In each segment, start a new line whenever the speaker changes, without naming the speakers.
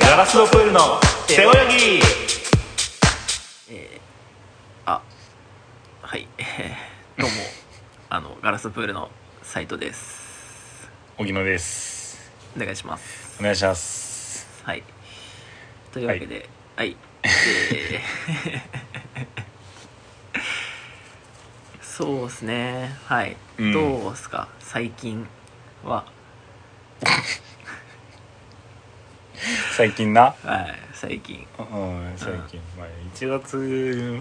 ガラスのプールの背泳ぎ
あはい えーどうもあのガラスプールのサイトです
荻野です
お願いします
お願いします
はいというわけで はい、えーそうですねはい、
うん
どうっすか最近は
最近な
はい最近
うん最近、まあ、1月、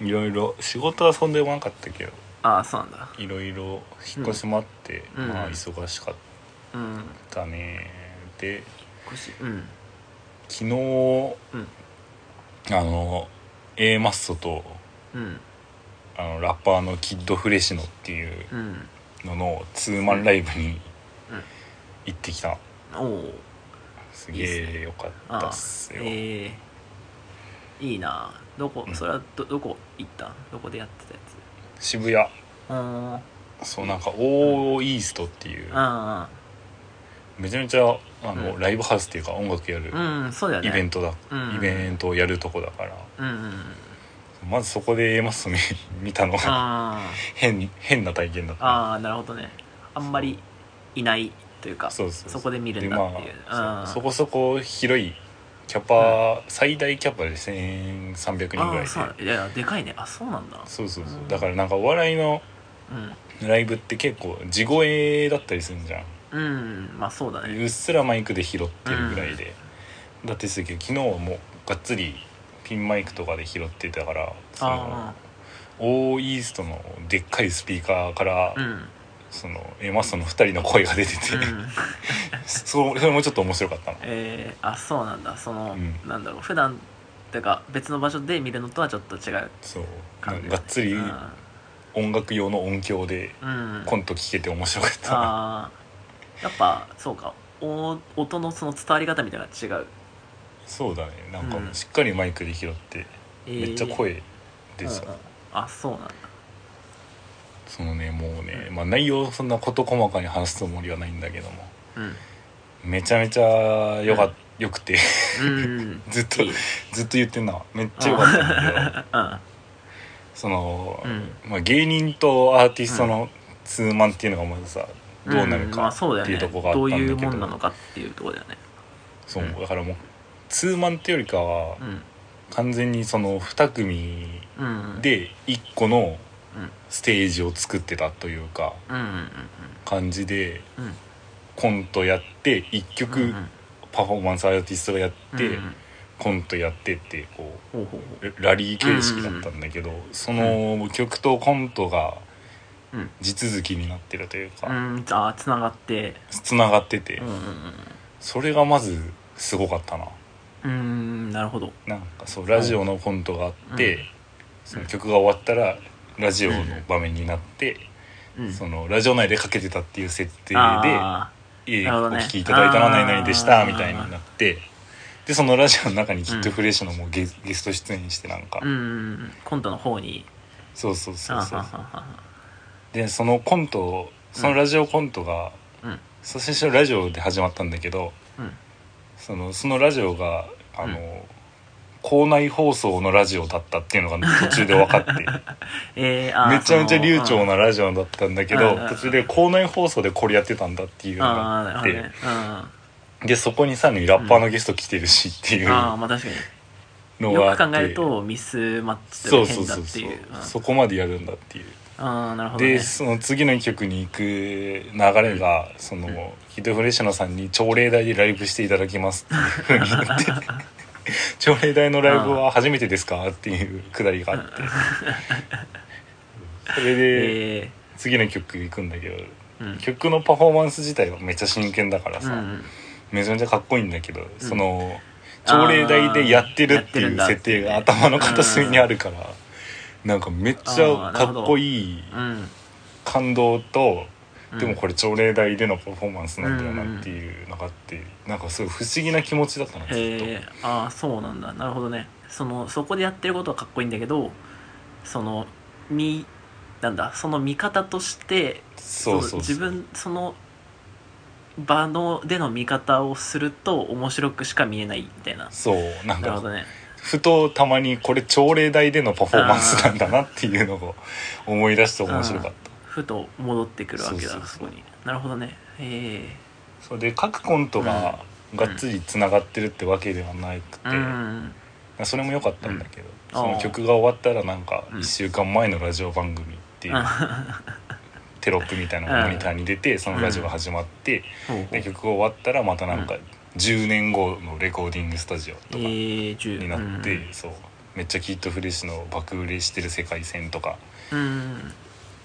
いろいろ仕事はそんでもなかったけど
ああそうなんだ
いろいろ引っ越しもあって、
うん
まあ
うん
忙しかっ
うん
たねで
腰うん
昨日
うん
あの A マッソと
うん
あのラッパーのキッドフレシノっていう
うん
ののツーマンライブに
うん
行ってきた
おお
すげえよかったっすよ
えーいいなどこ
うん
それはどどこ行ったんどこでやってたやつ
渋谷
うんうん
そうなんかオーイーストっていうめちゃめちゃあの、
うん
ライブハウスっていうか音楽やる
うんうんそうだよね
イベントだ、
うん
イベントをやるとこだから
うんうんうん
まずそこで A マッソ見見たのが
あ
変変な体験だっ
ー
た
あーなるほどねあんまりいないというか
そうそう
こで見るんだっていう
で、まあ
うん
そそこそこ広いキャパ、最大キャパで1300人ぐら
あ
い
あ
で
そうなんだいやでかいねあそうなんだ
そうそうそう
うん
だからなんかお笑いの
うん
ライブって結構地声だったりするじゃん
うんまあそうだね
うっすらマイクで拾ってるぐらいで、だってするけど昨日はもうがっつりピンマイクとかで拾ってたからその
あ
オーイーストのでっかいスピーカーから、
あう んうん
その A マッソの2人の声が出てて、そうそれもちょっと面白かったな
えーあそうなんだその、
うん
なんだろう普段っていうか別の場所で見るのとはちょっと違う
そう
感じだね
がっつり
うん
音楽用の音響で
うん
コント聞けて面白かったな
あーやっぱそうかお音のその伝わり方みたいなのが違う、
そうだねなんか
うん
しっかりマイクで拾って、
えー
めっちゃ声出てた、
うんうんあそうなんだ
そのねもうね、まあ、内容をそんな事細かに話すつもりはないんだけども
う
めちゃめちゃよか、
うん
よくて
んうん
ずっと
いい
ずっと言ってんなめっちゃよかったんだけど
あ
その、
う
まあ、芸人とアーティストのツーマンっていうのがまずさ、どうなる
んま
か
あそうだよ
ってい
ね
うとこがあったんだけど,、
どういうもんなのかっていうとこだよね
そう
うん
だからもうツーマンってよりかは
うん
完全にその2組
うんうん
で1個の
うん
ステージを作ってたというか
うんうん
感じで
うんうん
コントやって1
うんう
曲
ん
パフォーマンスアーティストがやって、
うんうん
コントやってってこ
ほうほう
うラリー形式だったんだけど、その曲とコントが
ほううん
地続きになってるというか、
うんあつながって
つながってて、
うんうん
それがまずすごかったな
うんうんなるほど
なんかそうラジオのコントがあって、
うん
その曲が終わったらラジオの場面になって、
うん
そのラジオ内でかけてたっていう設定で
あ
え
なるほ
ー
ど
お
ね
聴きいただいたのは何々でした
あー
みたいになってでそのラジオの中にきっとフレッシュのもゲ,、ゲスト出演してなんか、
ーうんうんうんコントの方に
そうそうそうそう
あははは
でそのコントをそのラジオコントが、
うん
そう最初ラジオで始まったんだけど
うん
そのそのラジオがあの、
う
校内放送のラジオだったっていうの が途中で分かって
えー、あー
めちゃめちゃ流暢
その
なラジオだったんだけ
う
ど
んうんうん
途中で校内放送でこれやってたんだっていうの
ああな
があ
る
っ
ほど
て、
ね、うん、あ
でそこにさらにラッパーのゲスト来てるしっていう
あまあ確かに
のがあ
よ
って、
く考えるとミスマッ
そ
チと
う
か
そう
変だ
そう
って
そう
いううん
そこまでやるんだっていう。
ああなるほど、ね、
でその次の曲に行く流れがその、
うん
ヒットフレッシュノさんに朝礼台でライブしていただきますっていうふうに言って 朝礼台のライブは初めてですかっていうくだりがあってそれで
え
次の曲行くんだけど
ーうん
曲のパフォーマンス自体はめっちゃ真剣だから
う
さ、
んうん
めちゃめちゃかっこいいんだけど、その
あー
朝礼台でやってるって
やってる
い
ん
う
だ
設定が頭の片隅にあるから、なんかめっちゃかっこいい
うん
感動と、
うん
でもこれ朝礼台でのパフォーマンスなんだよなっていうのがあって、なんかすごい不思議な気持ちだったなずっと、
へえああそうなんだなるほどねそのそこでやってることはかっこいいんだけどその見なんだその見方として
そうそうそう
自分その場のでの見方をすると面白くしか見えないみたいな
そうなん
なるほど
か
ね
ふとたまにこれ朝礼台でのパフォーマンスなんだなっていうのを思い出して面白かった
ふと戻ってくるわけだ
そうそうそう
そこになるほどねえ
それで各コントががっつりつながってるってわけではなく
え
て、
うん
それも良かったんだけど、
うん
その曲が終わったらなんか
うん
1週間前のラジオ番組っていうテロップみたいなのがモニターに出てそのラジオが始まって、
ほうほう
で曲が終わったらまたなんか10年後のレコーディングスタジオとかに
ええ10
なって、そうめっちゃキットフレッシュの爆売れしてる世界線とか
うん、うん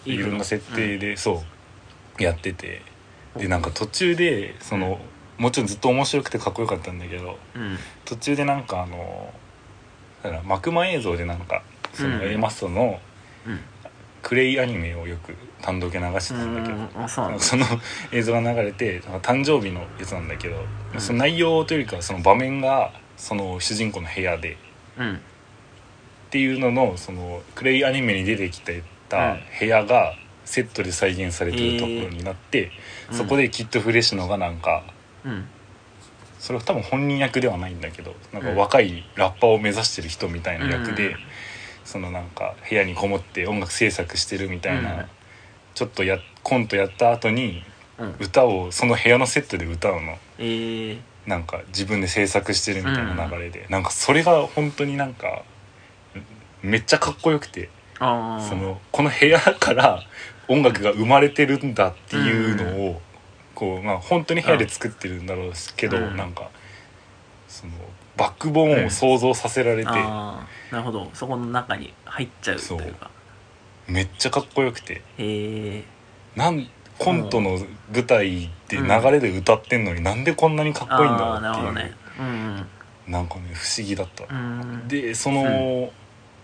いろんな設定で、そうやっててでなんか途中でその、もちろんずっと面白くてかっこよかったんだけど
うん
途中でなんかあのだから幕間映像でなんかその
うん
A マストの
うん
クレイアニメをよく単独で流してたんだけど、
うんあそうなんだ
その映像が流れてなんか誕生日のやつなんだけど、
うん
その内容というよりかはその場面がその主人公の部屋で
うん
っていうののそのクレイアニメに出てきて
う
た
ん
部屋がセットで再現されてるところになって、
うん
そこでキッドフレッシュのがなんか
うん
それは多分本人役ではないんだけどなんか若いラッパーを目指してる人みたいな役で、
うん
そのなんか部屋にこもって音楽制作してるみたいな、
うん
ちょっとやコントやった後に
うん
歌をその部屋のセットで歌うの
ええ
なんか自分で制作してるみたいな流れで、なんかそれが本当になんかめっちゃかっこよくて、
ああ
そのこの部屋から音楽が生まれてるんだっていうのを、こうまあ本当に部屋で作ってるんだろうけど、
うん
なんかそのバックボーンを想像させられて、
ああなるほどそこの中に入っちゃうというか
めっちゃかっこよくて
へえ
なんコントの舞台で流れで歌ってんのに、なんでこんなにかっこいいんだろ
あ
う
あなるほど
っていう
ねうん
なんかね不思議だった。
うんうん
でその、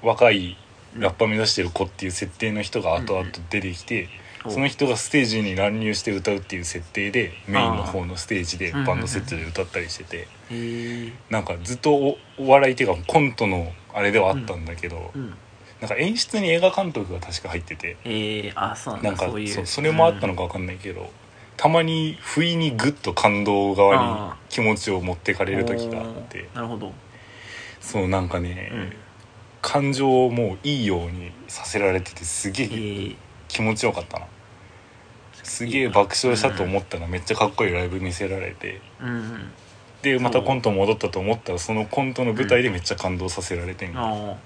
若いラッパー目指してる子っていう設定の人が後々出てきて、
うん
その人がステージに乱入して歌うっていう設定でメインの方のステージで
あー
バンドセットで歌ったりしてて、
へえ
なんかずっとおお笑いっていうかコントのあれではあったんだけど、
うん
なんか演出に映画監督が確か入ってて
ええあそうなんだ
なんか
そういう
そうそれもあったのかわかんないけど、たまに不意にグッと感動側に
あ
気持ちを持ってかれる時があって
おーなるほど
そうなんかね、
うん
感情をもういいようにさせられててすげえ
ええ
気持ちよかったなすげえ爆笑したと思ったらめっちゃかっこいいライブ見せられて
うんうん
でまたコント戻ったと思ったらそのコントの舞台でめっちゃ感動させられてみたいな
ああ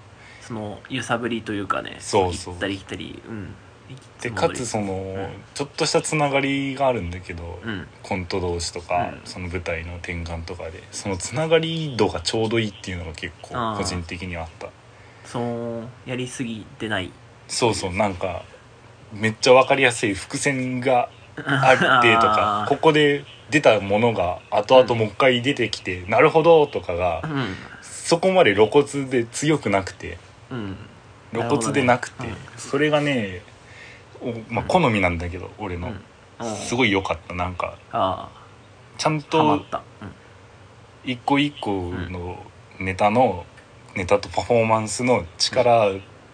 その揺さぶりというかね
そうそう
行ったり来たりうん
でかつその、ちょっとしたつながりがあるんだけど、
うん
コント同士とか、
うん
その舞台の転換とかでそのつながり度がちょうどいいっていうのが結
あ
構
ー
個人的にはあった
そのやりすぎてない
そうそうなんかめっちゃ分かりやすい伏線があってとか
あー
ここで出たものが後々もう一回出てきて、なるほどとかが
うん
そこまで露骨で強くなくて
うん
露骨でなくて
なるほ
それがね、おまあ、好みなんだけど俺の、
うん
す
い
ごい良かったなんか
あ
ちゃん
あハマ
と
ったうん
一個一個のネタの、ネタとパフォーマンスの力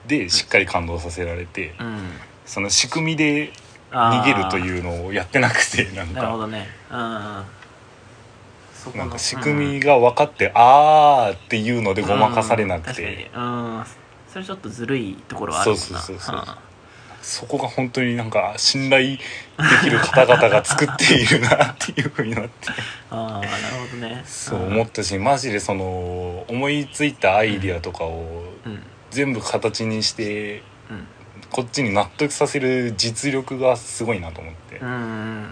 でしっかり感動させられて、
うん
その仕組みで逃げるというのをやってなくてなん
なるほ
か
どねうんそこの
なんか仕組みが分かって、あーっていうのでごまかされなく
うん
て、
確かにうんそれちょっとずるいところはあるもんな
そうそうそうそうんそこが本当になんか信頼できる方々が作っているなっていうふうになって
ああなるほどね
そう思ったしマジでその思いついたアイディアとかを
うんうん
全部形にして
うん
こっちに納得させる実力がすごいなと思って
う、ん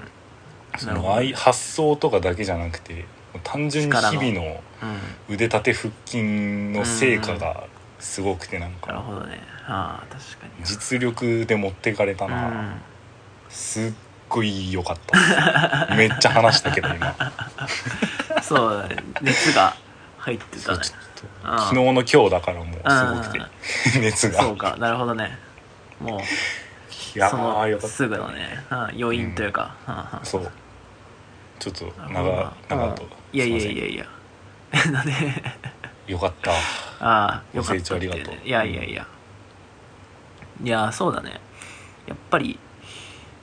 そ
なるほ
の
ど
あい発想とかだけじゃなくて単純に日々の
うん
腕立て腹筋の成果がすごくてなん
なる
か
ほどねああ確かに
実力で持ってかれたな、
うん
すっごい良かったですめっちゃ話したけど 今
そうだね熱が入って
そ
た
う
ね
ちょっと
うん
昨日の今日だからもうすご
うん
くて熱が
そうかなるほどねもう
いや
そ
ーよか
の
った
すぐのね、うん、要因というか、うんうん
そうちょっと
なるほど
長
な
長と
いやいやい
や
やいや なんで
よかった
ああよかっ
ご
た
清聴ありがとう
ってねいやいやいやいやそうだねやっぱり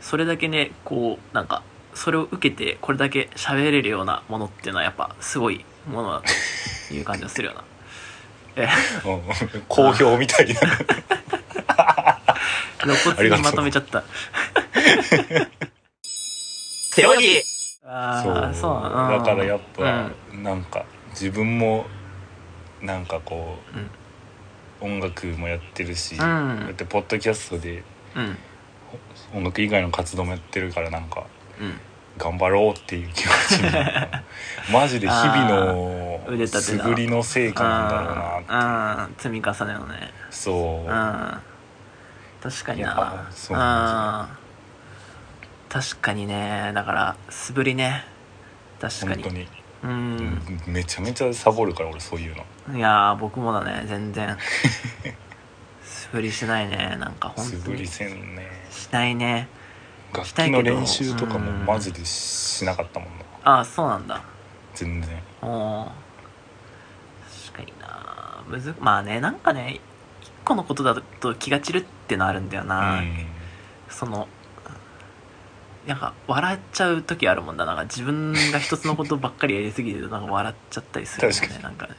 それだけねこうなんかそれを受けてこれだけ喋れるようなものっていうのはやっぱすごいものだという感じがするよ なえ
うん好評みたいな
露
あり
骨
がと
に
う
まとめちゃ った
背泳ぎ
ああそうなの
だからやっ
う
ぱ
ん、
なんか自分もなんかこう、音楽もやってるし、
う
だ
ん
ってポッドキャストで
うん
音楽以外の活動もやってるからなんか
うん
頑張ろうっていう気持ちになるマジで日々 の
あー腕立て
素
だ
振りの成果なんだろうなって
なうん積み重ねのね
そうう、
ん確かに
いや
な
そうな
うん確かにねだから素振りね確か
本
に
当に、
うん
うんめちゃめちゃサボるから俺そういうの
いやー僕もだね 全然素振りしないねなんか本
素
当
振
に
り
し
せんね
ないね
楽
したい
器
けど
の練習とかも
うん
マジでしなかったもんな
ああそうなんだ
全然
おー確かになむずまあねなんかね一個のことだと気が散るってのあるんだよ
う
な、
ん
そのなんか笑っちゃう時あるもんだなんか自分が一つのことばっかりやりすぎてなんか笑っちゃったりするもんね
確かに
なんかね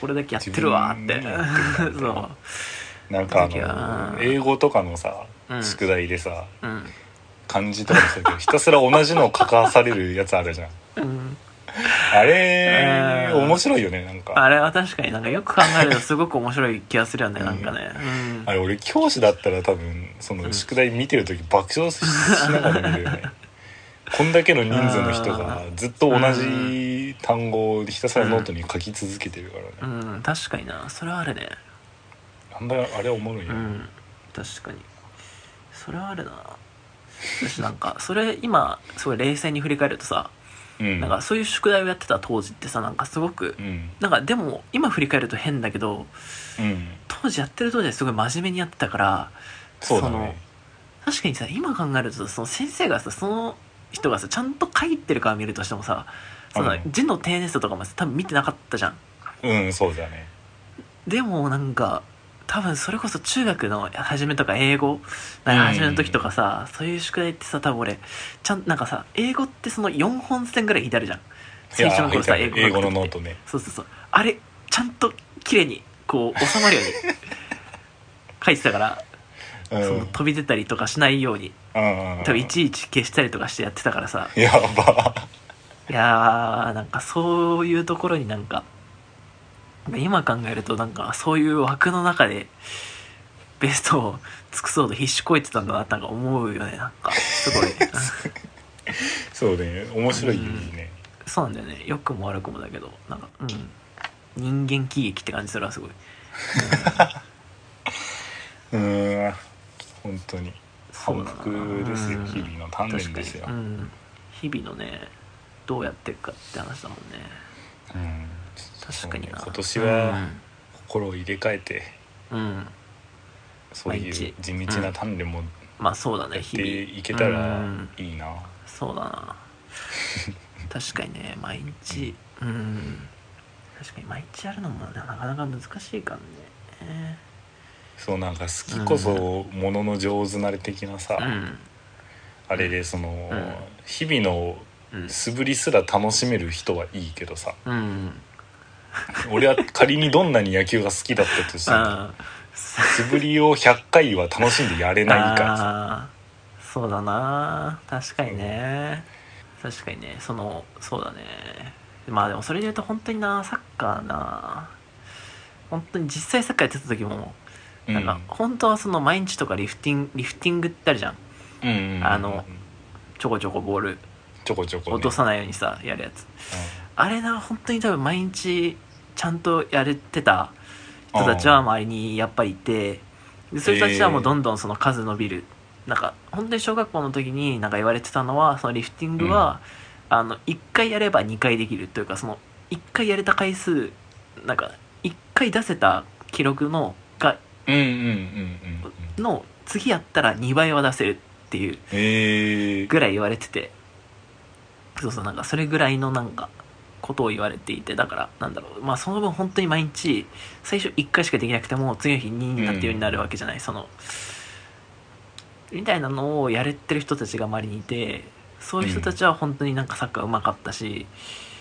これだけやってるわーって
自分がやってるんだ
そ
よ
う
ななんかあ
時は
の英語とかのさ
うん
宿題でさ
うん
漢字とかもそうだけどひたすら同じのを書かされるやつあるじゃん
うん
あ れ
うん
面白いよねなんか
あれは確かになんかよく考えるとすごく面白い気がするよね、なんかね。うん
あ。れ俺教師だったら多分そ
うん
の宿題見てる時爆笑しながら見る よねこんだけの人数の人がずっと同じ単語をひたすらノートに書き続けてるからね
うん、確かにな。それはあるね。
あんまりあれおもろいよ
う
ね
ん。確かに。それはあるな。私なんか、それ今、すごい冷静に振り返るとさ、
うん
なんかそういう宿題をやってた当時ってさ、なんかすごく
う、ん
なんかでも今振り返ると変だけど、
うん
当時やってる当時はすごい真面目にやってたから、
そうだね
確かにさ、今考えるとその先生がさ、その人がさ、ちゃんと書いてるから見るとしてもさ、その
うん
字の丁寧さとかもさ多分見てなかったじゃん。
うんそうだね
でもなんか多分それこそ中学の初めとか英語なんか初めの時とかさ、そういう宿題ってさ多分俺ちゃんなんかさ英語ってその4本線ぐらい左じゃん
い
最
や
初の頃さ英語
英語の
時っ
ノー
て
トね
そうそうそうあれちゃんと綺麗にこう収まるように 書いてたから、
うん
その飛び出たりとかしないように
うん
多分いちいち消したりとかしてやってたからさ
やば
いやーなんかそういうところになんか今考えるとなんかそういう枠の中でベストを尽くそうと必死こいてたんだなってなんか思うよねなんかす ごい
そうね面白いね
そうなんだよね良くも悪くもだけどなんかうん人間喜劇って感じするわすごい
うん本当に
そ
反
うだな
復ですよ
うん
日々の鍛
確
錬
か
で
に
すよ、
うん日々のねどうやっていくかって話だもんね
うん
確かにな
今年は心を入れ替えて、
うん、うん
そういう地道な鍛錬も
まあそうだね
やっ
日
て
々
いけたらいいな、
そう だな確かにね毎日うん確かに毎日やるのもなかなか難しいからね
そうなんか好きこそものの上手なれ的なさ、
うん
あれでその、
うん
日々の
うん
素振りすら楽しめる人はいいけどさ
うん
俺は仮にどんなに野球が好きだったとしても
あ
素振りを100回は楽しんでやれないからさ
あーそうだな確かにね確かにねそのそうだねまあでもそれで言うと本当になサッカーな本当に実際サッカーやってた時も
うん
なんか本当はその毎日とかリフティングリフティングってあるじゃん
うんうんうん
あのちょこちょこボール
ちょこちょこ、ね、
落とさないようにさやるやつあれな本当に多分毎日ちゃんとやれてた人たちは
あー
周りにやっぱりいてでそういう人たちはもうどんどんその数伸びる、なんか本当に小学校の時になんか言われてたのはそのリフティングは、あの1回やれば2回できるというかその1回やれた回数なんか1回出せた記録のが
うんうんうんうんうん
の次やったら2倍は出せるっていう
えー、
ぐらい言われててそうそうなんかそれぐらいのなんかことを言われていてだからなんだろうまあその分本当に毎日最初1回しかできなくても次の日2になってるようになるわけじゃない、そのみたいなのをやれてる人たちが周りにいてそういう人たちは本当になんかサッカーうまかったし、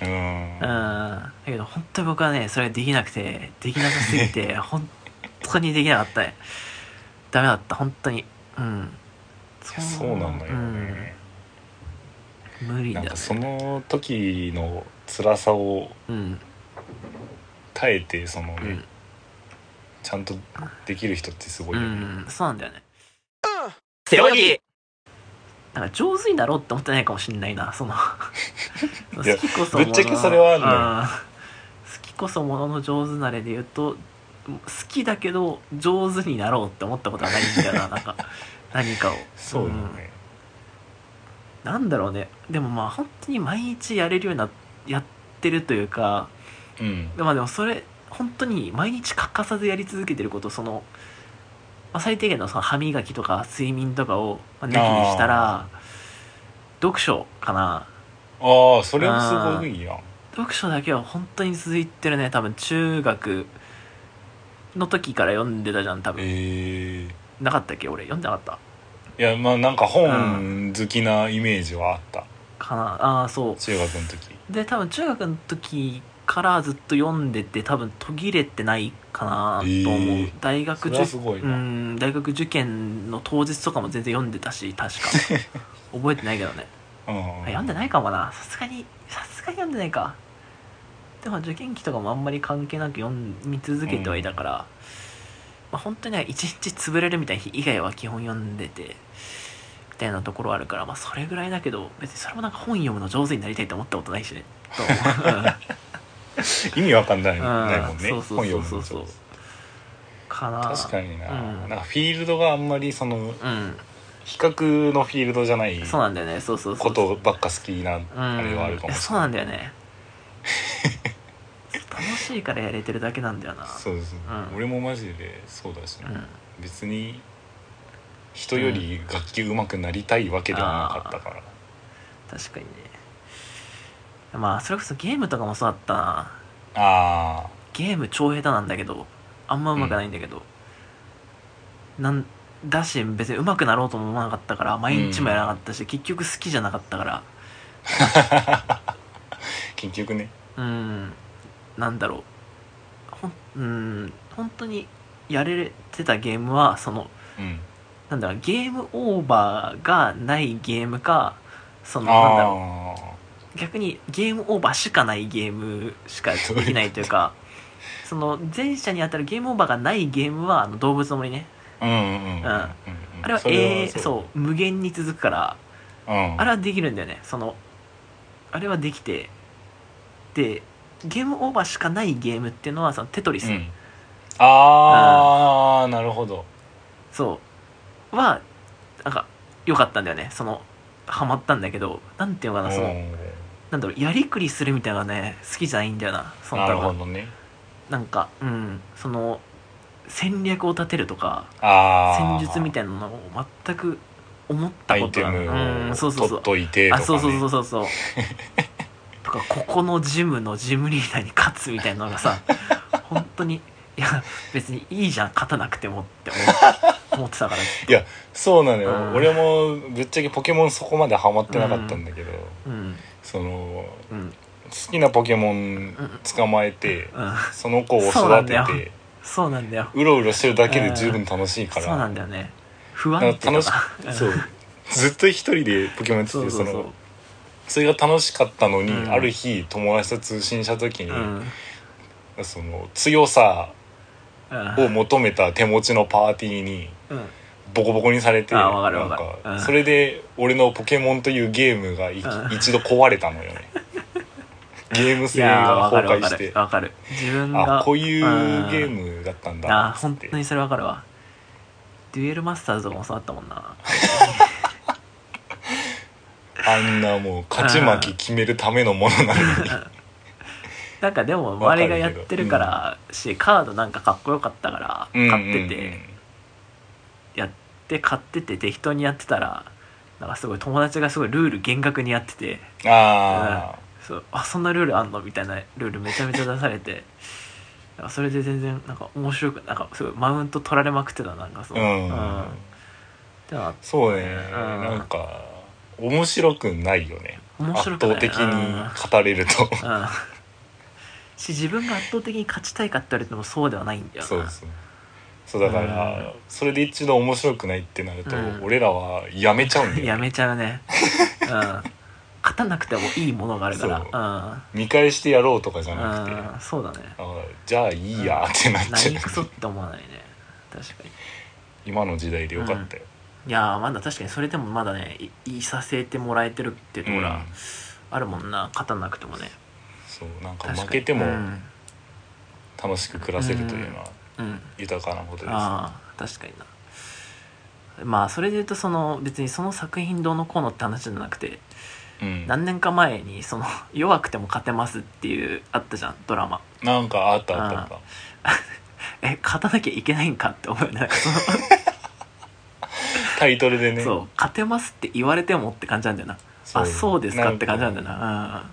うん
うん、だけど本当に僕はねそれができなくてできなさすぎて 本当にできなかったねダメだった本当にうん
いやそうなんだよね、
うん無理
な
だ
ん
ね
かその時の辛さを
うん
耐えてそのね、
うん
ちゃんとできる人ってすごいうよね、
んそうなんだよね背泳ぎなんか上手になろうって思ってないかもしれないなその好
いや
きこそ
ぶっちゃけそれはあるのよ
うん好きこそものの上手なれで言うと好きだけど上手になろうって思ったことはないんだよななんか何かを
そうだよ
ん
ね、
なんだろうねでもまあ本当に毎日やれるようなやってるというか
うん
まあでもそれ本当に毎日欠かさずやり続けてることその、まあ、最低限のその歯磨きとか睡眠とかをまあ抜きにしたら読書かな
ああそれはすごいやん
読書だけは本当に続いてるね多分中学の時から読んでたじゃん多分
ええ
なかったっけ俺読んでなかった
いやまあなんか本好きなイメージはあった、
かなああそう
中学の時
で多分中学の時からずっと読んでて多分途切れてないかなと思う、
えー
大学
それはすごいな
うん大学受験の当日とかも全然読んでたし確か 覚えてないけどね
うん
あ読んでないかもなさすがにさすがに読んでないかでも受験期とかもあんまり関係なく読み続けてはいたから、まあ本当にね一日潰れるみたいな日以外は基本読んでてみたいなところはあるからまあそれぐらいだけど別にそれもなんか本読むの上手になりたいと思ったことないしねと
意味わかんない,、
うん
ないもんね
そうそうそうそうそ
本読む
う
のと
かな
確かにな,、
うん
なんかフィールドがあんまりその
うん
比較のフィールドじゃない
そうなんだよねそうそうそう
ことばっか好きなあれはあるか
うん
もし
そ
れ
う
な
ないんだよね楽しいからやれてるだけなんだよな
そうですね、
うん
俺もマジでそうだしね、
うん
別に人より楽器上手くなりたいわけではなかったから、
確かにねまあそれこそゲームとかもそうだったな
ああ
ゲーム超下手なんだけどあんま上手くないんだけど、なんだし別に上手くなろうとも思わなかったから毎日もやらなかったし、結局好きじゃなかったから
結局ね
うんなんだろうほんうん本当にやれてたゲームはその
うん
なんだろうゲームオーバーがないゲームかそのなんだろう
ああ
逆にゲームオーバーしかないゲーム しかできないというかその前者にあたるゲームオーバーがないゲームはあの動物の森ね
うんうんうんうんうんうん
ああれは
そ
永遠
そう
そう無限に続くから
うん
あれはできるんだよねそのあれはできてでゲームオーバーしかないゲームっていうのはそのテトリス、
うんああなるほど
そうはなんか良かったんだよねそのハマったんだけどなんていうのかなその
うん
なんだろうやりくりするみたいなのがね好きじゃないんだよなそ
な
の多
る
分
ほどね
なんかうんその戦略を立てるとか
ああ
戦術みたいなのを全く思った
ア
こ
イ
と
テ
がう
ム
ん
を
そうそ
取
うそう
っといてとか、
あ
ね、
そうそうそうそう そうとかここのジムのジムリーダーに勝つみたいなのが さ本当にいや別にいいじゃん勝たなくてもって思う思ってたから
そうなのよ、
うん
俺もぶっちゃけポケモンそこまでハマってなかったんだけど、
うん
その
うん
好きなポケモン捕まえて、
うん
その子を
そうな
育
ん
て
だよ
て
そうなんだよ
うろうろしてるだけで十分楽しいか
そう
ら、
なんだよね不
だから
安定と
楽し
かうん
そうずっと一人でポケモンやって
そ
て
う
そ
そうそう
のそれが楽しかったのに、
うん
ある日友達と通信した時に、
うん
その強さ
うん
を求めた手持ちのパーティーに
うん
ボコボコにされて
あわかる
なん
わかるうん
それで俺のポケモンというゲームがい
うん
一度壊れたのよねゲーム
い
性
やーわ
が
か
崩壊
るわか
し
る
て
わかる自分が
あこういううんゲームだったんだ
あ
っつっ
本
て
当にそれわかるわデュエルマスターズとかもそうだったもんな
あんなもう勝ち負け決めるためのものなのに
なんかでも
わかるけ
周
ど
りがやってるからしカードなんかかっこよかったから
うん
買っててやって買ってて適当にやってたらなんかすごい友達がすごいルール厳格にやってて
うんああ
そうあそんなルールあんのみたいなルールめちゃめちゃ出されてなんかそれで全然なんか面白くなんかすごいマウント取られまくってたなんかそうの
ん
うんってのは
そうね
うん
なんか面白くないよね
面
圧
白くな
倒
い
的に語れると
うんうんし自分が圧倒的に勝ちたいかって言われてもそうではないんだよ な
そうそうそうだから、それで一度面白くないってなると、
うん
俺らはやめちゃうんだよ、ね、
やめちゃうね、うん、勝たなくてもいいものがあるから
見返してやろうとかじゃ
う
なくて、
ん、うん、そうだね
あじゃあいいやってなっちゃう、
何クソって思わないね確かに
今の時代でよかったよ、
いやーまだ確かにそれでもまだねいいさせてもらえてるっていうところ
う
は
ん
あるもんな勝たなくてもね
そうなんか
確かに
負けても
うん、
楽しく暮らせるというのは
うん
豊かなことです、
ああ確かになまあそれで言うとその別にその作品どうのこうのって話じゃなくて
うん、
何年か前にその 弱くても勝てますっていうあったじゃんドラマ
なんかあったあったあった
え勝たなきゃいけないんかって思うよね なんかその
タイトルでね
そう勝てますって言われてもって感じなんだよな
そう
あそうですかって感じなんだ
な
よ
んか
な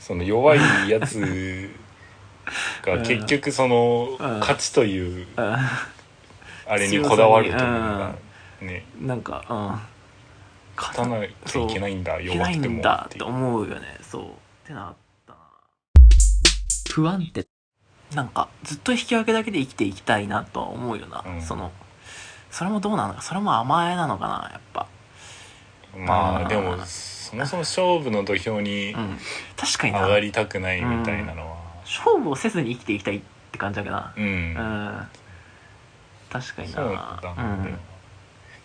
その弱いやつ が結局その
うん
勝ちという
うんうん
あれにこだわるというか、ね
なんかうん
勝たなきゃいけないんだ
いけ
弱
な
く
い
ても
んだって思うよねそうってなったな不安定なんかずっと引き分けだけで生きていきたいなとは思うよな、
うん
そのそれもどうなのかそれも甘えなのかなやっぱ
ま
あ
あ
ー
でもそもそも勝負の土俵に
うん確かに
上
な
がりたくないみたいなのは
勝負をせずに生きていきたいって感じだけどな
うん、
うん、確かにな
そうだなんだよな、
うん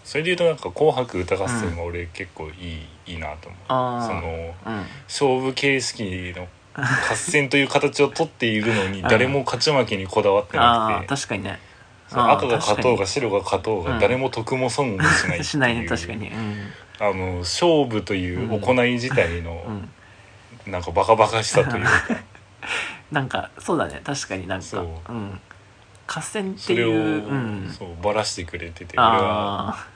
それで言うとなんか「紅白歌合戦」が俺結構いい,、いいなと思う
あ
そ
ー
の
うん
勝負形式の合戦という形を取っているの に誰も勝ち負けにこだわってな
あー
くて
確かにね
その
あー
赤が勝とうが白が勝とう
うん
が誰も得も損もしないっていう
しないね確かにうん、
あの勝負という行い自体の
うん、
なんかバカバカしさ というか
なんかそうだね確かになんか、、
そううん
合戦って
そ
い
れを
う、うん、
そうバラしてくれてて俺は
あ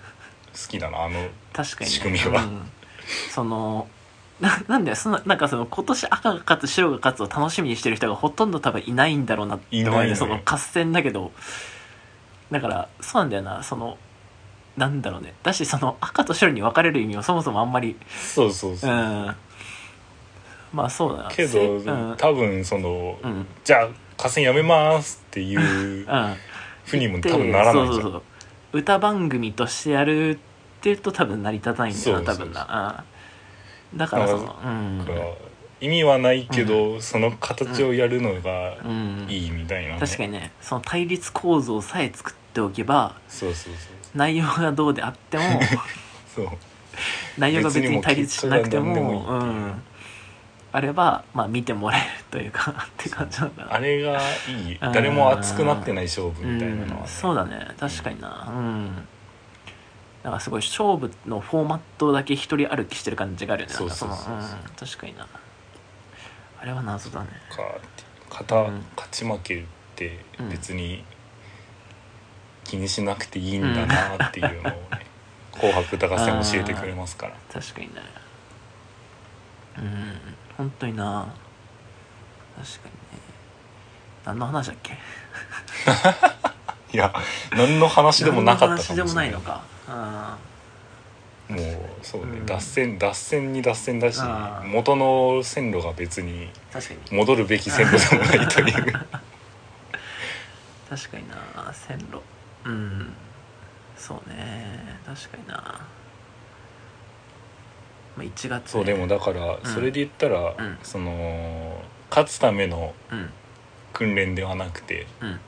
好きだなあの
ー確かに、ね、
仕組みは
うん、そのななんだよそのなんかその今年赤が勝つ白が勝つを楽しみにしてる人がほとんど多分いないんだろうなって思うよ
いないね
その合戦だけどだからそうなんだよなそのなんだろうねだしその赤と白に分かれる意味はそもそもあんまり
そうそう
う
そ
ん
う、
まあそうだな
け
せ
ど、
うん
多分その、
うんうん
じゃあ河川やめますっていうふうにも多分ならないじゃん
そうそうそう歌番組としてやるっていうと多分成り立たないんだよな
そうそうそう
多分なうんだからそのうん
だから意味はないけど、その形をやるのが
うん
いいみたいなね、
確かにねその対立構造さえ作っておけば
そうそう
内容がどうであ っても
そうそう
内容が別に対立しなくても
別にもう結果
う
が
んあればまあ見てもらえるというかって感じなんだな
あれがいい
うん
誰も熱くなってない勝負みたいなのはね、
うん、そうだね確かになうんなんかすごい勝負のフォーマットだけ一人歩きしてる感じがあるよね
そうそうそうそう
なんかのん確かになあれは謎だね
かって肩、
うん
勝ち負けって別に気にしなくていいんだなっていうのをね「紅白歌合戦」教えてくれますから
確かにねうん本当にな確かにね何の話だっけ
いや何の話でもなかったか
何の話で
も
も
しれ
な
ないい
のかうん
もうそうね、
うん
脱線脱線に脱線だし
あー
元の線路が別に
確かに
戻るべき線路でもないという
確かにな線路うんそうね確かになまあ1 月
そうでもだから
ん
それで言ったら、
うん
その勝つための
うん
訓練ではなくて
うん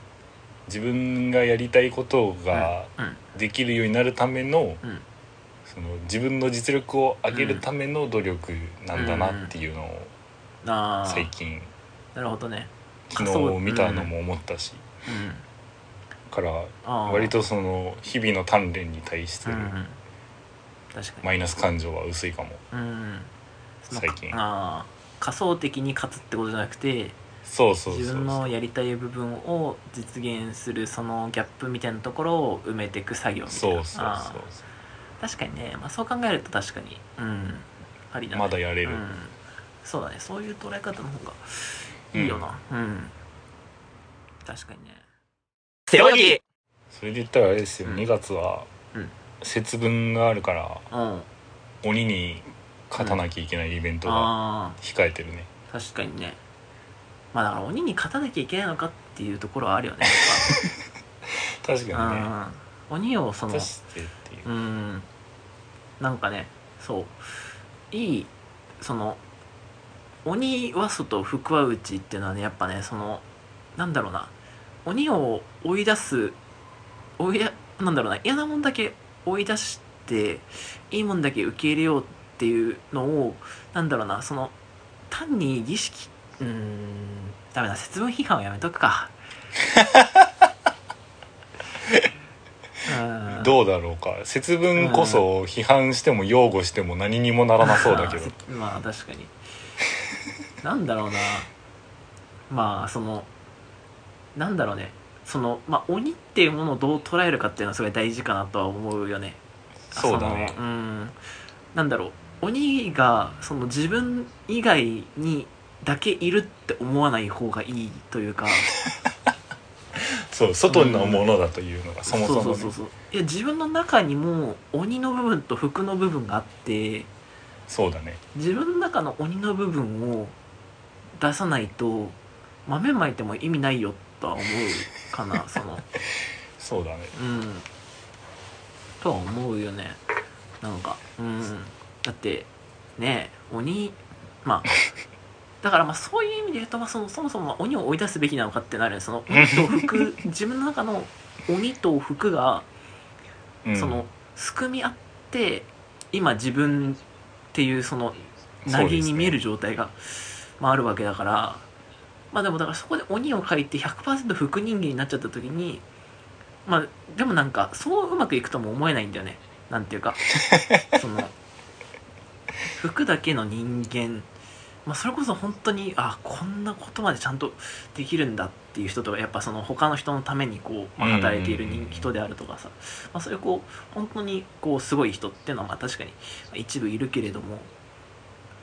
自分がやりたいことが
うん
できるようになるための、
うん
その自分の実力を上げるための努力なんだなっていうのを
ああ
最近
なるほどね
昨
そう
日見たのも思ったし、
うん
から
ああ
割とその日々の鍛錬に対す
うん
る
うん確かに
マイナス感情は薄いかも
うんその
最近
ああ仮想的に勝つってことじゃなくて
そうそうそう
自分のやりたい部分を実現するそのギャップみたいなところを埋めていく作業みたい
そうそ
な
うそう
ああ確かにね、まあ、そう考えると確かにうんありだね
まだやれる
うん、そうだねそういう捉え方の方がいいよなうん、確かにね背泳ぎ
それで言ったらあれですよ、
うん
2月は
うん
節分があるから
うん
鬼に勝たなきゃいけないイベントが
あ
控えてるね、
ー確かにねまあだから鬼に勝たなきゃいけないのかっていうところはあるよね
確
やっ
かにね
ぱうん鬼をその
果たしてっていう
う、んなんかねそういいその鬼は外福は内っていうのはねやっぱねそのなんだろうな鬼を追い出す追いだなんだろうな嫌なもんだけ追い出していいもんだけ受け入れようっていうのをなんだろうなその単に儀式うーんダメだ節分批判はやめとくかうん
どうだろうか節分こそ批判しても擁護しても何にもならなそうだけど
まあ確かになんだろうなまあそのなんだろうねそのまあ鬼っていうものをどう捉えるかっていうのはすごい大事かなとは思うよね
そうだね
そのうんなんだろう鬼がその自分以外にだけいるって思わない方がいいというか
そう外のものだというのがそもそも、ね
うそうそうそういや自分の中にも鬼の部分と服の部分があって
そうだね
自分の中の鬼の部分を出さないと豆まいても意味ないよとは思う かなその
そうだね
うんとは思うよねなんかうんだってねえ鬼まあだからまあそういう意味で言うと、まあ、そのそもそも鬼を追い出すべきなのかってなるよねその鬼 と服自分の中の鬼と服が
うん
そのすくみ合って今自分っていうその
そう
な
で
ぎ
す
に
ね
見える状態が、まあ、あるわけだからまあでもだからそこで鬼を描いて100%副人間になっちゃった時にまあでもなんかそううまくいくとも思えないんだよねなんていうかその服だけの人間まあ、それこそ本当にあこんなことまでちゃんとできるんだっていう人とかやっぱその他の人のためにこう、まあ、働いてい
う
る
んうんうん
人人であるとかさ、まあ、そういうこう本当にこうすごい人っていうのはまあ確かに一部いるけれども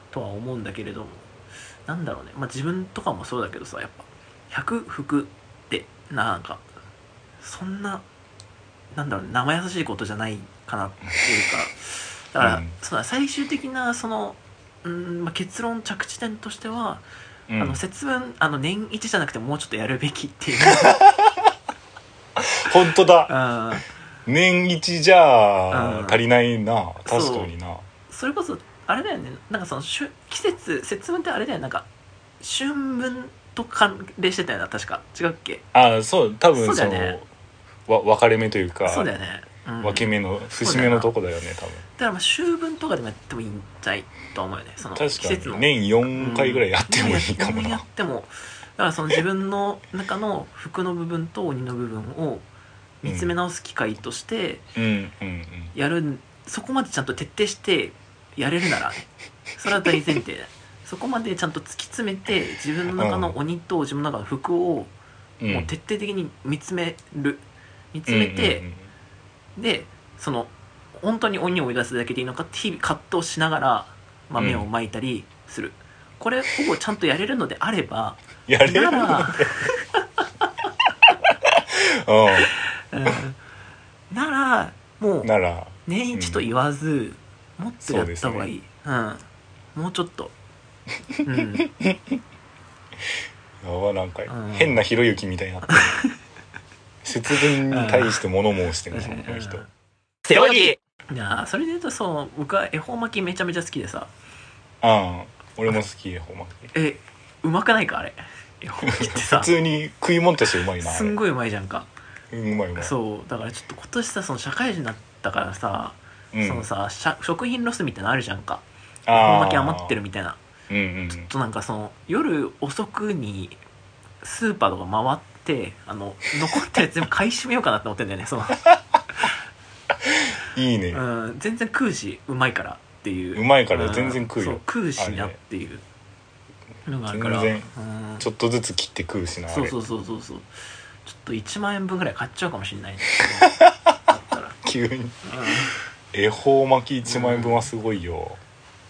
とは思うんだけれどもなんだろうね、まあ、自分とかもそうだけどさやっぱ100服ってなんかそんななんだろうね生優しいことじゃないかなっていうか だから、
うん
そうだ最終的なその、うんまあ、結論着地点としては、
うん
あの節分あの年一じゃなくてもうちょっとやるべきっ ていう、
本当だ
うん、
年一じゃ
うん
足りないな
そう
確かにな
それこそあれだよねなんかその春季節節分ってあれだよねなんか春分と関連してたよな確か違うっけ
あそう多分
そうだ
そ
よ
の
ね
わ分かれ目というか
そうだよね、うん、
分け
だか
目の節目のとこだよね多分
らまあ秋分とかでもやってもいいんじゃないと思うよねその季
確
節
か
の
に年4回ぐらいやってもいいかも
うんや
な
ってもだからその自分の中の服の部分と鬼の部分を見つめ直す機会として
うんうんうん
やる、そこまでちゃんと徹底してやれるならねそれは大前 提だそこまでちゃんと突き詰めて自分の中の鬼と自分の中の服を
うん
もう徹底的に見つめる見つめて、
うんうんうん
でその本当に鬼を追い出すだけでいいのかって日々葛藤しながら、まあ、
うん
目をまいたりする、これをちゃんとやれるのであれば
やれる
なら、うん、ならも
う
うん
なら
年一と言わず、もっとやった方がいいう,、んもうちょっ と、うん、
やばなんか
うん
変なひろゆきみたいになってる 節分に対して物申してるこの人
背泳ぎいやーそれで言うとそう僕は恵方巻きめちゃめちゃ好きでさ
ああ俺も好きよほんま
えうまくないかあれ恵方巻きってさ
普通に食い物としてうまいなあ
す
れうんん
ごいうまいじゃんか
うまいうまい
そうだからちょっと今年さその社会人になったからさ、
うん
そのさ社食品ロスみたいなのあるじゃんか
あ
恵
あ
方巻き余ってるみたいな
うんうん
ちょっとなんかその夜遅くにスーパーとか回ってあの残ったやつ全部買い占めようかなって思ってんだよ ねその、
いいね
うん、全然食うしうまいからっていう
うまいから全然食うよ
んそ食うしなっていうのがあるから
全然
うん
ちょっとずつ切って食うしなあ
そう
れ
そうそうそうそうちょっと1万円分ぐらい買っちゃうかもし れないねだったら、うん
急に恵方巻き1万円分はすごいよ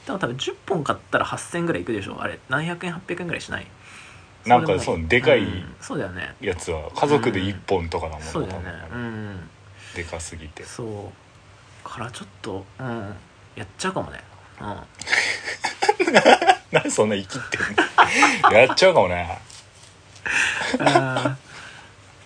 でも多分10本買ったら8000円ぐらいいくでしょあれ700円800円ぐらいしない
なんか
も
そうでかい
うんそうだよね
やつは家族で1本とかだもんな
そうだよね
多分
うん
でかすぎて
そうからちょっとうんやっちゃうかもね うん
なんでそんな生きってんの やっちゃうかもね
あー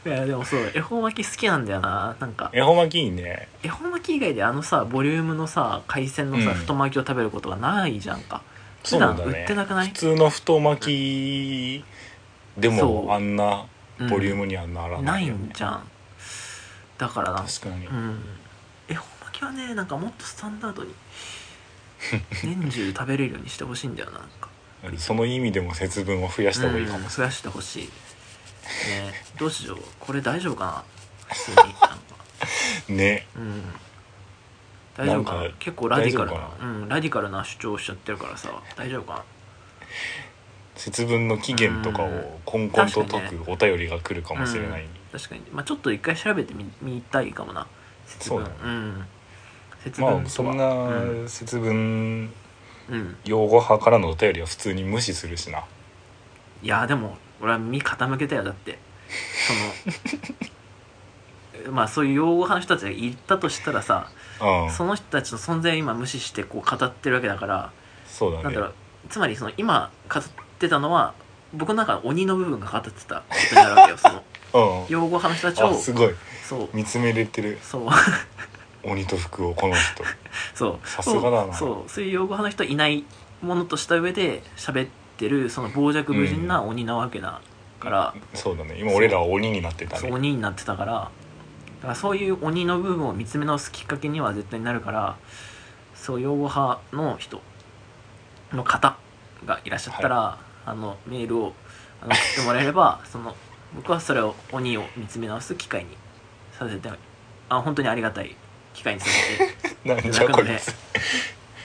いやでもそう恵方巻き好きなんだよななんか
恵方巻きいいね
恵方巻き以外であのさボリュームのさ海鮮のさ
うん
太巻きを食べることがないじゃんか、
そ
普
うな
段
んだ
売
ね
ってなくない
普通の太巻きで
そ
も
う
あんな
うん
ボリュームにはなら
な
ない
い
よね
ん、じゃんだからなんか
確かに、
うん恵方巻きはねなんかもっとスタンダード に年中食べれるようにしてほしいんだよななんか
その意味でも節分を増やした方がいいかも、
うん、増やしてほしいね どうしようこれ大丈夫かな普通になんか
ね
うん大丈夫かな
なんか
結構ラディカルな
大丈夫
うん、ラディカルな主張しちゃってるからさ大丈夫かな
節分の期限とかをこんこんと解くお便りが来るかもしれない、
確かに、まあ、ちょっと一回調べてみみたいかもな節
そう
分
だね
ん節分とは
まあそん
うん、
な節分
うん
用語派からのお便りは普通に無視するしない
やでも俺は身傾けたよだってその まあそういう用語派の人たちが言ったとしたらさ
うん
その人たちの存在を今無視してこう語ってるわけだから
そうだ
なん
ね
だろうつまりその今語ってたのは僕の中の鬼の部分が語ってたことになるわけよその
う
用語派の人たち
んあ
を
すごい
そう
見つめれてる
そう
鬼と服をこの人
そう
さすがだな
そうそうそういう用語派の人いないものとした上で喋ってるその傍若無人な鬼なわけだから、
そうだね今俺らは鬼になってた
そう
ね
鬼になってたからだからそういう鬼の部分を見つめ直すきっかけには絶対になるからそう用語派の人の方がいらっしゃったら、あのメールをあの送ってもらえれば その僕はそれを鬼を見つめ直す機会にさせてあ本当にありがたい機会にさせて
なんじゃこい
ね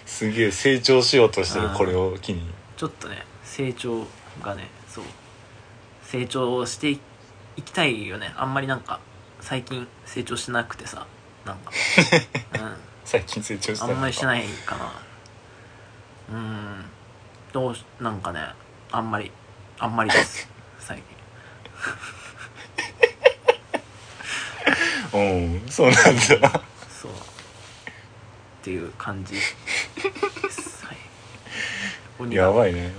つ すげえ成長しようとしてるこれを機に
ちょっとね成長がねそう成長していきたいよねあんまりなんか最近成長してなくてさなん か、う
最近成長し
ん、
た
あんまりして
い
ないかなうんどうしなんかねあんまりあんまりです最近
うんそうなんだ
そうっていう感じです、はい、鬼
や
が
ばいね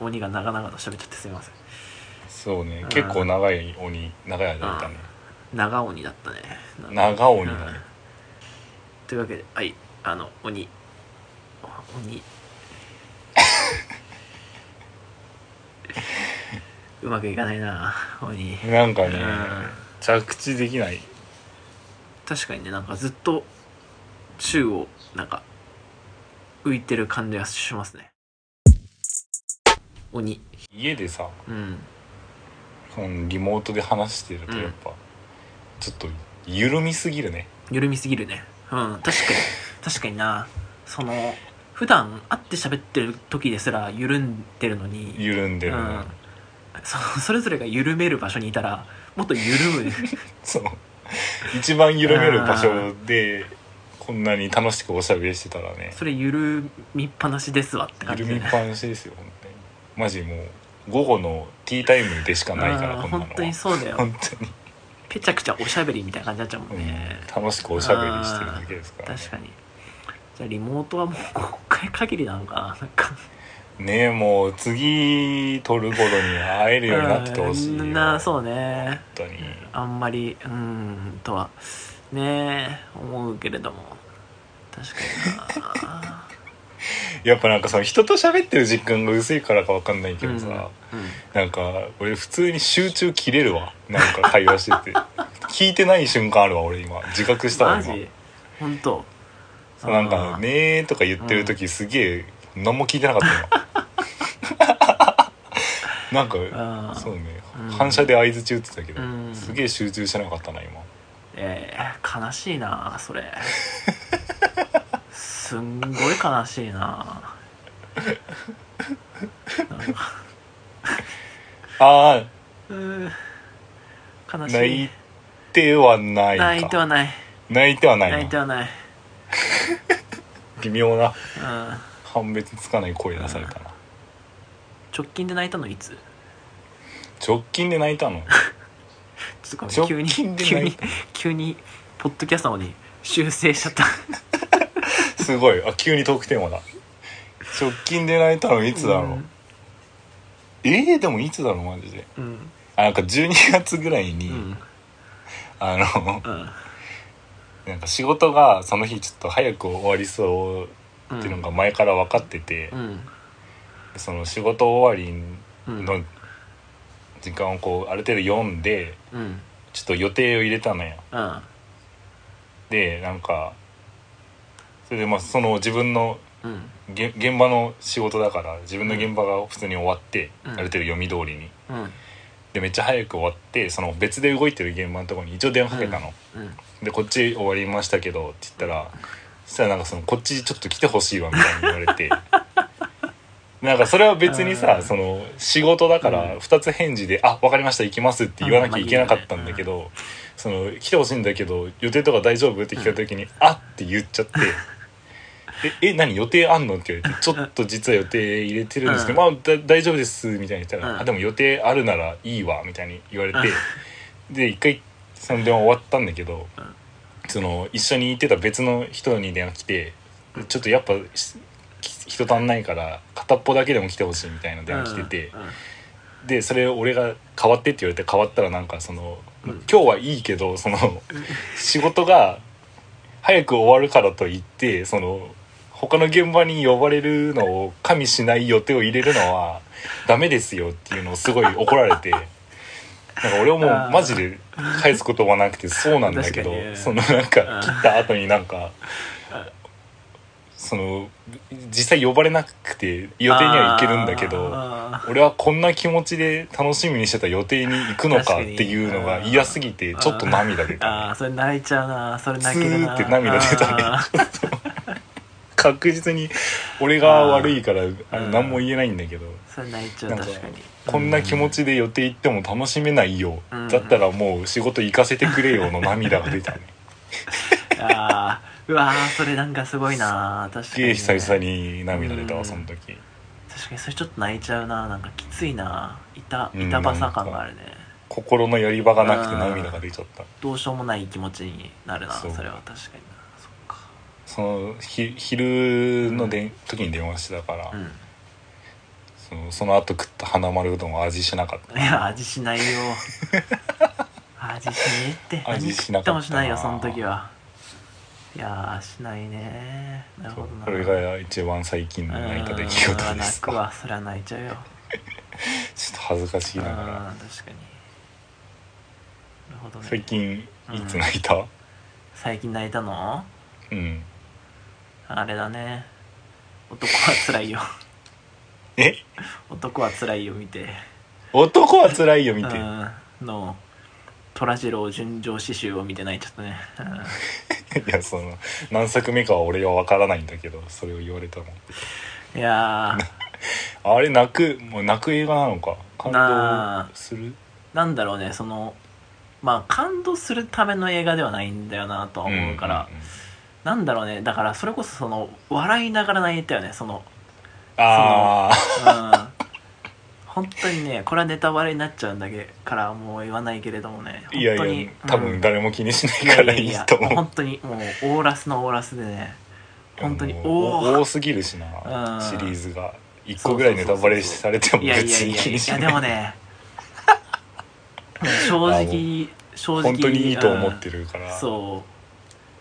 鬼が長々と喋っちゃってすみません
そうね
うん
結構長い鬼長い間いたね
長鬼だったね
長鬼だね
うんというわけではいあの鬼あ鬼うまくいかないな鬼
なんかね
うん
着地できない
確かにねなんかずっと宙をなんか浮いてる感じがしますね鬼
家でさ
うん
このリモートで話してるとやっぱちょっと緩みすぎるね
緩みすぎるねうん確かに確かになその普段会って喋ってる時ですら緩んでるのに
緩んでるね
うん、そそれぞれが緩める場所にいたらもっと緩む
そう一番緩める場所でこんなに楽しくおしゃべりしてたらね
それ緩みっぱなしですわって感じ
緩
で
みっぱなしですよ本当にマジもう午後のティータイムでしかないから
うん
こんなのは
本当にそうだよ
本当に
ぺちゃくちゃおしゃべりみたいな感じになっちゃうもんね、
うん楽しくおしゃべりしてるだけですからね
確かにじゃあリモートはもう今回限りなのかななんか
ねえもう次撮る頃には会えるようになっててほしいよ
うんなそうね
本当に
あんまりうんとはねえ思うけれども確か にな
やっぱなんかその人と喋ってる実感が薄いからかわかんないけどさ、
うんうん
なんか俺普通に集中切れるわなんか会話して て聞いてない瞬間あるわ俺今自覚したわ
マ
今
ジ本当
そうなん
あ
か「
ー
ねー」とか言ってる時すげえ何も聞いてなかったよ なん
あ
か
ー
そうね
うん
反射で相づち打ってたけど
うん
すげえ集中してなかったな今
えー、悲しいなそれすんごい悲しいななんか
あ
うー悲
あ
しい
泣いてはないか
泣いてはない
泣いてはないな
泣いてはない
微妙な
うん
判別つかない声出されたな
直近で泣いたのいつ
直近で泣いたの
ちょっと
直
ごめん急
近
に
で
急
泣い
に
たの
急にポッドキャストの方に修正しちゃった
すごいあ急にトークテーマだ直近で泣いたのいつだろう、えー、でもいつだろうマジで
うん
あなんか12月ぐらいに、
うんうん
あの
うん
なんか仕事がその日ちょっと早く終わりそう
うん
っていうのが前から分かってて、
うん
その仕事終わ
う
り
ん
の時間をこうある程度読んで
うん
ちょっと予定を入れたのよ
うん
でなんかそれでまあその自分の
うん
げ現場の仕事だから自分の現場が普通に終わって、
うん
ある程度読み通りに
うん
でめっちゃ早く終わってその別で動いてる現場のところに一応電話かけたの、
うん
でこっち終わりましたけどって言ったらそしたらなんかそのこっちちょっと来てほしいわみたいに言われて なんかそれは別にさ
うん
その仕事だか
う
ら
ん
2つ返事で「あわかりました行きます」って言わなきゃいけなかったんだけど、その来てほしいんだけど予定とか大丈夫って聞いた時に「あっ」て言っちゃ って「ええ何予定あんの?」って言われて「ちょっと実は予定入れてるんですけど、まあだ大丈夫です」みたいに言ったら「
うん
あでも予定あるならいいわ」みたいに言われて、で一回その電話終わったんだけど、
ん
その一緒に行ってた別の人に電話来てちょっとやっぱし人足んないから片っぽだけでも来てほしいみたいな電話来てて、
うん
でそれ俺が変わってって言われて変わったらなんかその、
うん
今日はいいけど その仕事が早く終わるからといってその他の現場に呼ばれるのを加味しない予定を入れるのは ダメですよっていうのをすごい怒られて。なんか俺はも
あ
う
ー
マジで返すことはなくてそうなんだけど、
確かにね
そのなんか
うん
切った後になんかその実際呼ばれなくて予定には行けるんだけど
あ
俺はこんな気持ちで楽しみにしてた予定に行くのかっていうの
確
が
かに
嫌すぎて
うん
ちょっと涙出
ーあ
た
ーそれ泣いちゃうなそれ泣けるな
スーって涙出たね
あー
確実に俺が悪いからあの
うん
何も言えないんだけど
それ泣いちゃ
な
うん
か
確かに
こんな気持ちで予定行っても楽しめないよ
うん
だったらもう仕事行かせてくれよの涙が出 たね
ああうわーそれなんかすごいな確
す
かに
げ
ね、
え久々に涙出た
う
わ
ん
その時
確かにそれちょっと泣いちゃうななんかきついな板板挟感があるね、
心のやり場がなくて涙が出ちゃった
どうしようもない気持ちになるな
そ
そうれは確かになそっか
そのひ昼のでん時に電話してたから
うん
そのその後食った花丸うどんは味しなかった
いや味 しないよ味しねえって
味
何
し
食
な
っ
かった
て
な
もしないよその時はいやーしないねなる
そ
ほ
う
どな
これが一番最近の泣いた出来事です
うん泣く
か
わそれは泣いちゃうよ
ちょっと恥ずかしいながら
うん確かになるほどね
最近い
うん
つ泣いた
最近泣いたの
うん、
あれだね男は辛いよ
え
男は辛いよ見て
男は辛いよ見て、
うんの虎次郎純情詩集を見て泣いちゃったね、うん
いやその何作目かは俺は分からないんだけどそれを言われたの
いやー
あれ泣くもう泣く映画なのか感
なあ
動する
なんだろうねそのまあ感動するための映画ではないんだよなとは思うから、
んんん
なんだろうねだからそれこそその笑いながら泣いたよねその
ああ
うん本当にねこれはネタバレになっちゃうんだけからもう言わないけれどもね
いや
本当に
いや多分誰も気にし
い
ない
や
か
いや
ら
い
いい
や
と思う
本当にもうオーラスのオーラスでね本当に
もう
お
多
お
すぎるし
う
なんシリーズが一個ぐらいネタバレされても
いやいや
別
い
に
や
気
い
にし
や
ない
で もね正直正直
本当にいいと思ってるから、
うんそう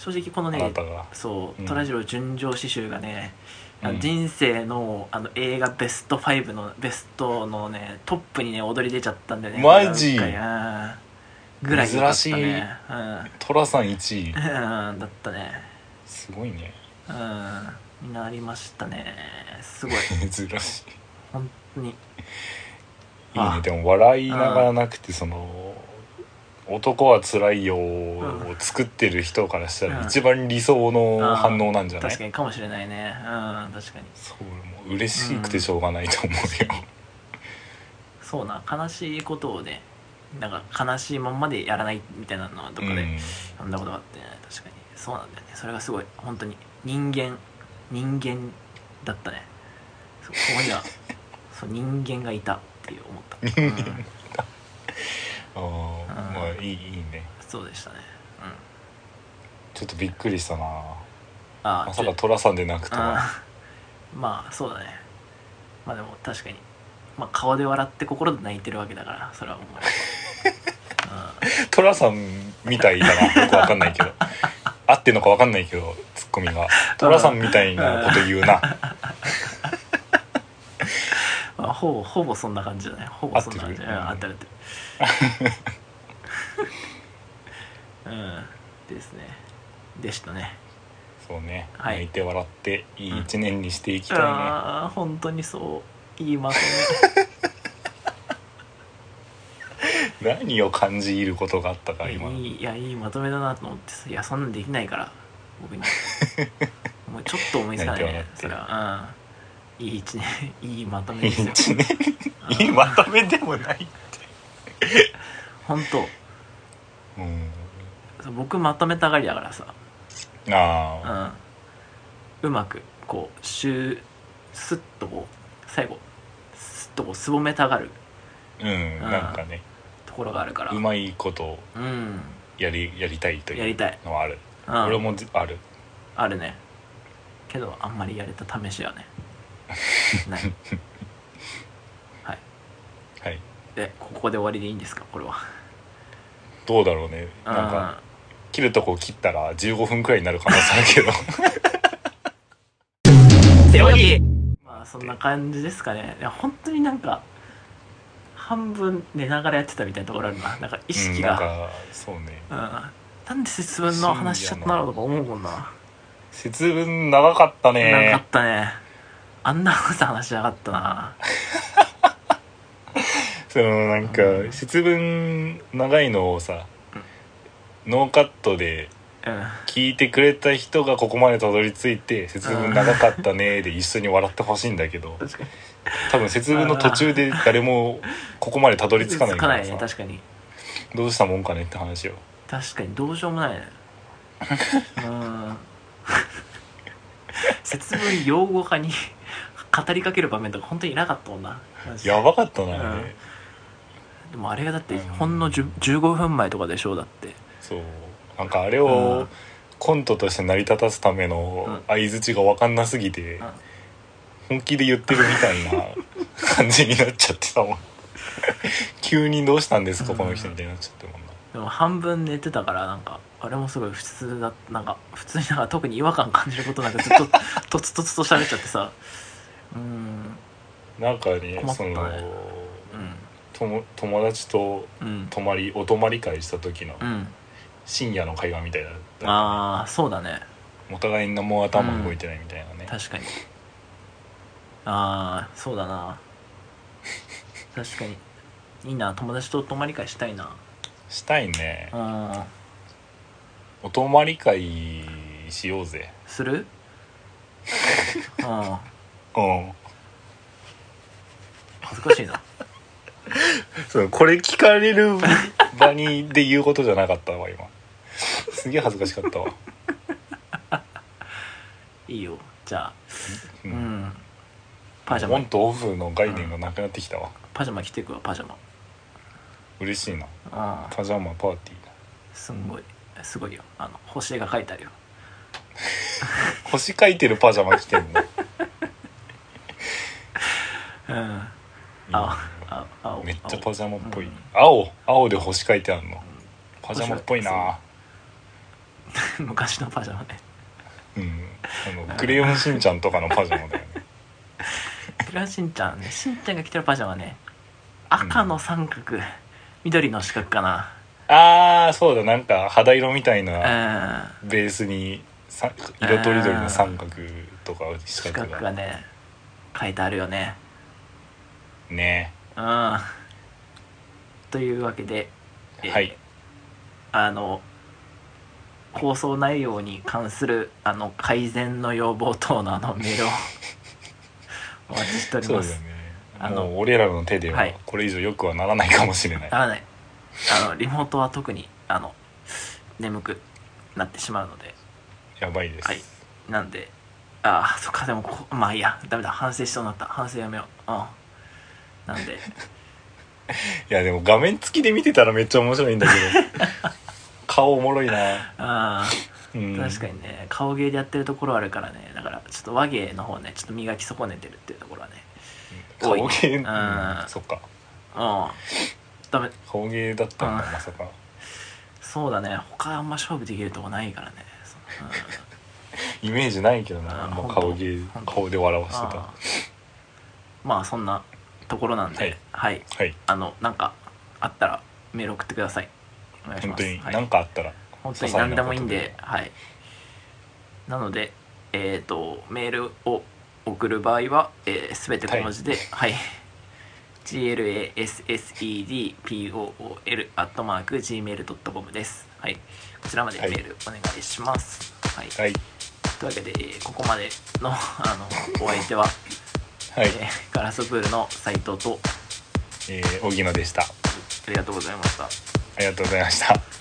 正直この
あ
ね
なたが
そ
う
う「
ん
トラジオ純情詩集」がね、あの
うん
人生のあの映画ベスト5のベストのねトップにね踊り出ちゃったんでね
マジ
これはうっかりうんぐらい良かっ
珍
た
しい
ね
寅さん1位
うん、うん、だったね
すごいね
うんになりましたね すごい
珍し
本当に
いいいね
あ
でも笑いながらなくてその「男はつらいよ」
う
を作ってる人からした
う
ら
ん
一番理想の反応なんじゃない
確かにかもしれないねうん確かに
そうもう嬉しくてしょうがないと思うよ、
そうな悲しいことをねなんか悲しいまんまでやらないみたいなのはど
う
っかで
ん
そんなことがあってね確かにそうなんだよねそれがすごい本当に人間人間だったねそうここには そう人間がいたっていう思った、うん、
あー
うん
まあいいいいね
そうでしたね
ちょっとびっくりしたな
あ
まさか寅さんでなくとは
あー まあそうだねまあでも確かに、まあ、顔で笑って心で泣いてるわけだからそれは 思う
寅さんみたいだなよくわかんないけ ど合ってんのかわかんないけどツッコミが寅さんみたいなこと言うな
うんまあ、ほぼほぼそんな感じだねほぼそんな感じ
合ってる
うん合ってる合って るうんですねでしたね
そうね、
はい
泣いて笑っていい一年にしていきたいね、
ああ本当にそういいまと
何を感じることがあったか
め
今の
いいいやいいまとめだなと思ってさいやそんなんできないから 僕にもうちょっと思いつかな
泣
い
いて笑
ね
って
それはうんいい一年いいまと
い
め
い
です
一
よ
年いいまとめでもない、
本
うん、
当そう僕まとめたがりだからさ
ああ
うんうまくこうシュースッとこう最後スッとこうすぼめたがる
うん、なんかね
ところがあるから
うまいことを
うん
やりやりたいと
や
い
り
う
たい、
のはある、
う
俺
ん、
もじある
あるねけどあんまりやれた試しは ねないはい
はい
でここで終わりでいいんですかこれは
どうだろうねなんか切るとこ切ったら15分くらいになる可能性あるけど
うんセオリーまあそんな感じですかねいや本当になんか半分寝ながらやってたみたいなところあるななんか意識
うん、
が、
なんかそうね
うんなんで節分の話しちゃったんだろうとか思うもんな、
節分長かった
な
ね
かったねあんなこと話しなかったな
そのなんか
うん
節分長いのをさノーカットで
うん
聞いてくれた人がここまでたどり着いて「節分長かったね」で一緒に笑ってほしいんだけど
確かに
多分節分の途中で誰もここまでたどり着かない
か
か
ない
ら
ね
さ
確かに
どうしたもんかねって話よ
確かにどうしようもない ねうん節分用語化に 語りかける場面とか本当にいなかったもんなマジで
やばかったなあれ、
うんでもあれがだってほんの10 15分前とかでしょだって
そうなんかあれ
う
を
ん
コントとして成り立たすため
うん
の相づちが分かんなすぎて
うん
本気で言ってるみたいな 感じになっちゃってたもん急に「どうしたんですかこの人」みたいになっちゃってもんな
でも半分寝てたからなんかあれもすごい普通だなんか普通になんか特に違和感感じることなくずっとと つとつと喋っちゃってさうーん
なんかね
困った
そ
ね
の
うん
とも友達と
うん
泊まりお泊まり会した時の
うん
深夜の会話みたいだった
ああそうだね
お互いに何も頭動いてないみたいなね、
確かにああそうだな確かにいいな友達と泊まり会したいな
したいね
うん
お泊まり会しようぜ
するうん
うん
恥ずかしいな
そうこれ聞かれる場にで言うことじゃなかったわ今すげえ恥ずかしかったわ、
いいよじゃあ
う
うんんパジャ
オ
マ
ンとオフの概念がなくなってきたわ、
パジャマ着てくわパジャマ
嬉しいな
うん
パジャマパーティーだ
すんごいすごいよあの星絵が描いてあるよ
星描いてるパジャマ着てんの
うん青青青
めっちゃパジャマっぽい、
うん
青青で星描いてあんのパジャマっぽいな
青 昔のパジャマね
うんあのクレヨンしんちゃんとかのパジャマだよね
クラしんちゃんねしんちゃんが着てるパジャマね赤の三角、緑の四角かな
ああそうだなんか肌色みたいな
うん
ベースにさ色とりどりの三角とか四
四
角
角
が
がね書いてあるよね
ね
うんというわけで、えー
はい
あの放送内容に関するあの改善の要望等のあのメ ールをお待ちしており
そう
ま
だよ
す
ね
あの
もう俺らの手で
は
はいこれ以上良くはならないかもしれない、
ならないあのリモートは特にあの眠くなってしまうので
やばいです、
はいなんでああそっかでもここまあいいやダメだ反省しそうになった反省やめよううんなんで
いやでも画 面付きで見てたらめっちゃ面白いんだけど顔おもろいな
あ
うん
確かにね顔芸でやってるところあるからねだからちょっと和芸の方ねちょっと磨き損ねてるっていうところはね
顔芸
うん
うんそっか
うんダメ
顔芸だったんだ
うん
まさか
そうだね他あんま勝負できるとこないからねそのうん
イメージないけどな
あ
もう
本当
顔芸
本当
顔で笑わせてた
あーまあそんなところなんでは
はいい、はい
あのなんかあったらメール送ってくださいお願いし
本
ま
当
す
に
はい
何かあったら
本当に何でもいいんではいなのでえっ、とメールを送る場合は、えー、全て小文字ではい、glassessedpool.gmail.com ですはいこちらまでメールお願いしますはい、
些細なことではい
というわけでえーここまでのあのお相手は、
はい
えーガラスプールの斉藤と
えー荻野でした
ありがとうございました
ありがとうございました